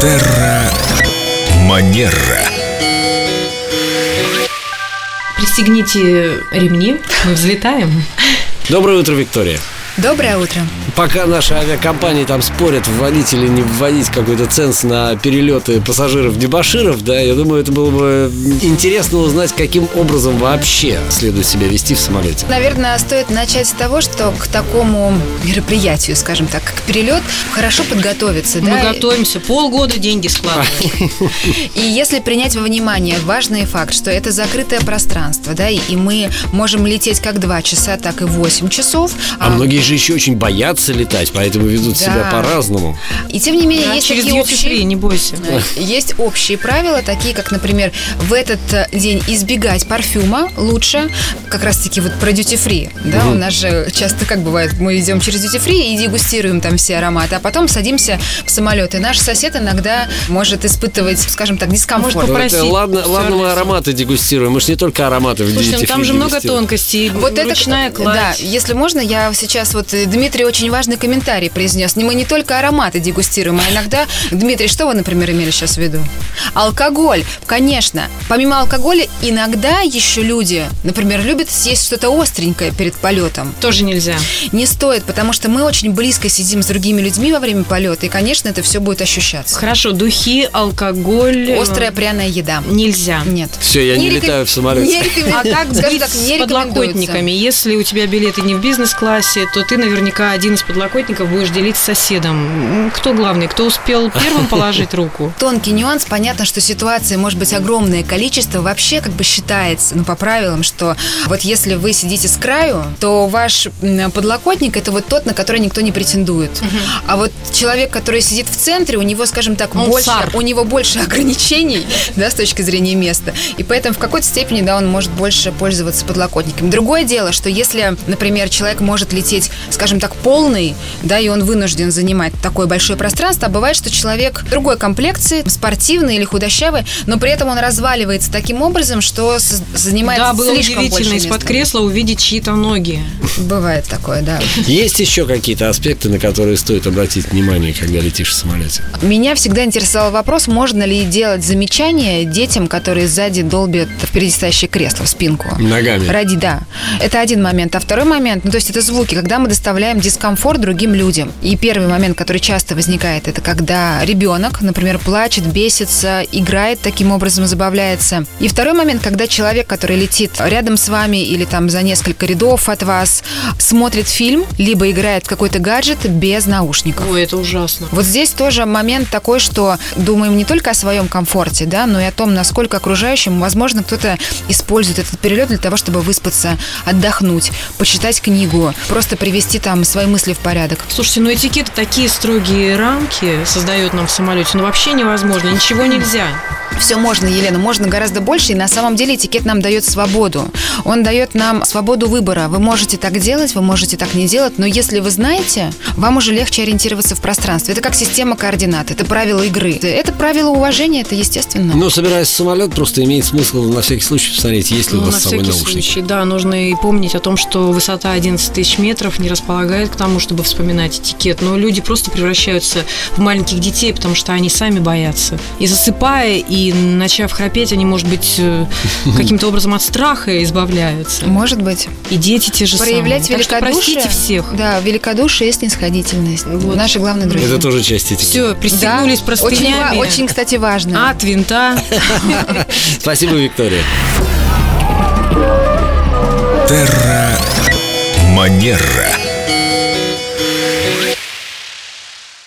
Терра Манера. Пристегните ремни, мы взлетаем. Доброе утро, Виктория. Доброе утро. Пока наши авиакомпании там спорят, вводить или не вводить какой-то ценз на перелеты пассажиров-дебаширов, да, я думаю, это было бы интересно узнать, каким образом вообще следует себя вести в самолете. Наверное, стоит начать с того, что к такому мероприятию, скажем так, как перелет, хорошо подготовиться. Мы да? готовимся полгода, деньги складываем. И если принять во внимание важный факт, что это закрытое пространство, да, и, и мы можем лететь как 2 часа, так и 8 часов. А многие же еще очень боятся летать, поэтому ведут себя Да. по-разному. Ну, И тем не менее, Да, есть А Через такие duty-free, общие... не бойся. Есть общие правила, такие как, например, в этот э, день избегать парфюма лучше, как раз-таки вот про duty-free, да, у нас же часто как бывает, мы идем через duty-free и дегустируем там все ароматы, а потом садимся в самолет, и наш сосед иногда может испытывать, скажем так, дискомфорт. Может, Попросить Вот, э, ладно, ладно, мы стюардессу. ароматы дегустируем, мы же не только ароматы в Слушай, ну диете там же фри много дегустируем. тонкостей. Вот это ручная Да, кладь. если можно, я сейчас вот э, Дмитрий очень важный комментарий произнес. Мы не только ароматы дегустируем, а иногда... Дмитрий, что вы, например, имели сейчас в виду? Алкоголь, конечно. Помимо алкоголя, иногда еще люди, например, любят съесть что-то остренькое перед полетом. Тоже нельзя. Не стоит, потому что мы очень близко сидим с другими людьми во время полета, и, конечно, это все будет ощущаться. Хорошо, духи, алкоголь. э, Острая пряная еда. Нельзя. Нет. Все, я не, реко- летаю в самолете. Не рекомен- А как скажем быть так, не с рекомендуется. подлокотниками? Если у тебя билеты не в бизнес-классе, то ты наверняка один из подлокотников будешь делить с соседом. М, Кто главный? Кто успел первым положить руку? Тонкий нюанс. Понятно, что ситуации может быть огромное количество. Вообще, как бы считается, ну, по правилам, что вот если вы сидите с краю, то ваш м, подлокотник – это вот тот, на который никто не претендует. А вот человек, который сидит в центре, у него, скажем так, Он больше, царь. у него больше ограничений, да, с точки зрения места. И поэтому в какой-то степени, да, он может больше пользоваться подлокотниками. Другое дело, что если, например, человек может лететь, скажем так, полный, да, и он вынужден занимать такое большое пространство, а бывает, что человек другой комплекции, спортивный или худощавый, но при этом он разваливается таким образом, что с- занимает Да, было слишком удивительно больше из-под места. кресла увидеть чьи-то ноги. Бывает такое, да. Есть еще какие-то аспекты, на которые стоит обратить внимание, когда летишь в самолете? Меня всегда интересовал вопрос, можно ли делать замечания детям, которые сзади долбят впереди стоящее кресло в спинку. Ногами. Ради, да. Это один момент. А второй момент, ну то есть это звуки, когда мы доставляем дискомфорт другим людям. И первый момент, который часто возникает, это когда ребенок, например, плачет, бесится, играет таким образом, забавляется. И второй момент, когда человек, который летит рядом с вами или там за несколько рядов от вас, смотрит фильм, либо играет в какой-то гаджет без наушников. Ой, это ужасно. Вот здесь тоже момент такой, что думаем не только о своем комфорте, да, но и о том, насколько окружающим, возможно, кто-то использует этот перелет для того, чтобы выспаться, отдохнуть, почитать книгу, просто привести там свои мысли в порядок. Слушайте, ну этикеты такие строгие рамки создает нам в самолете. Ну вообще невозможно, ничего нельзя. Все можно, Елена, можно гораздо больше, и на самом деле этикет нам дает свободу. Он дает нам свободу выбора. Вы можете так делать, вы можете так не делать, но если вы знаете, вам уже легче ориентироваться в пространстве. Это как система координат, это правила игры, это правило уважения, это естественно. Ну, собираясь в самолет, просто имеет смысл на всякий случай посмотреть, есть ли у Ну, вас на с собой всякий наушники. случай, да, нужно и помнить о том, что высота 11 тысяч метров не располагает к тому, чтобы вспоминать этикет. Но люди просто превращаются в маленьких детей, потому что они сами боятся. И засыпая, и начав храпеть, они, может быть, э, каким-то образом от страха избавляются. Может быть. И дети те же проявлять самые. Так что великодушие. простите всех. Да, великодушие и снисходительность. Вот. Наши главные друзья. Это тоже часть этикета. Все, пристегнулись Да, очень, простынями. ва- очень, кстати, важно. От винта. Спасибо, Виктория. Терра Манера.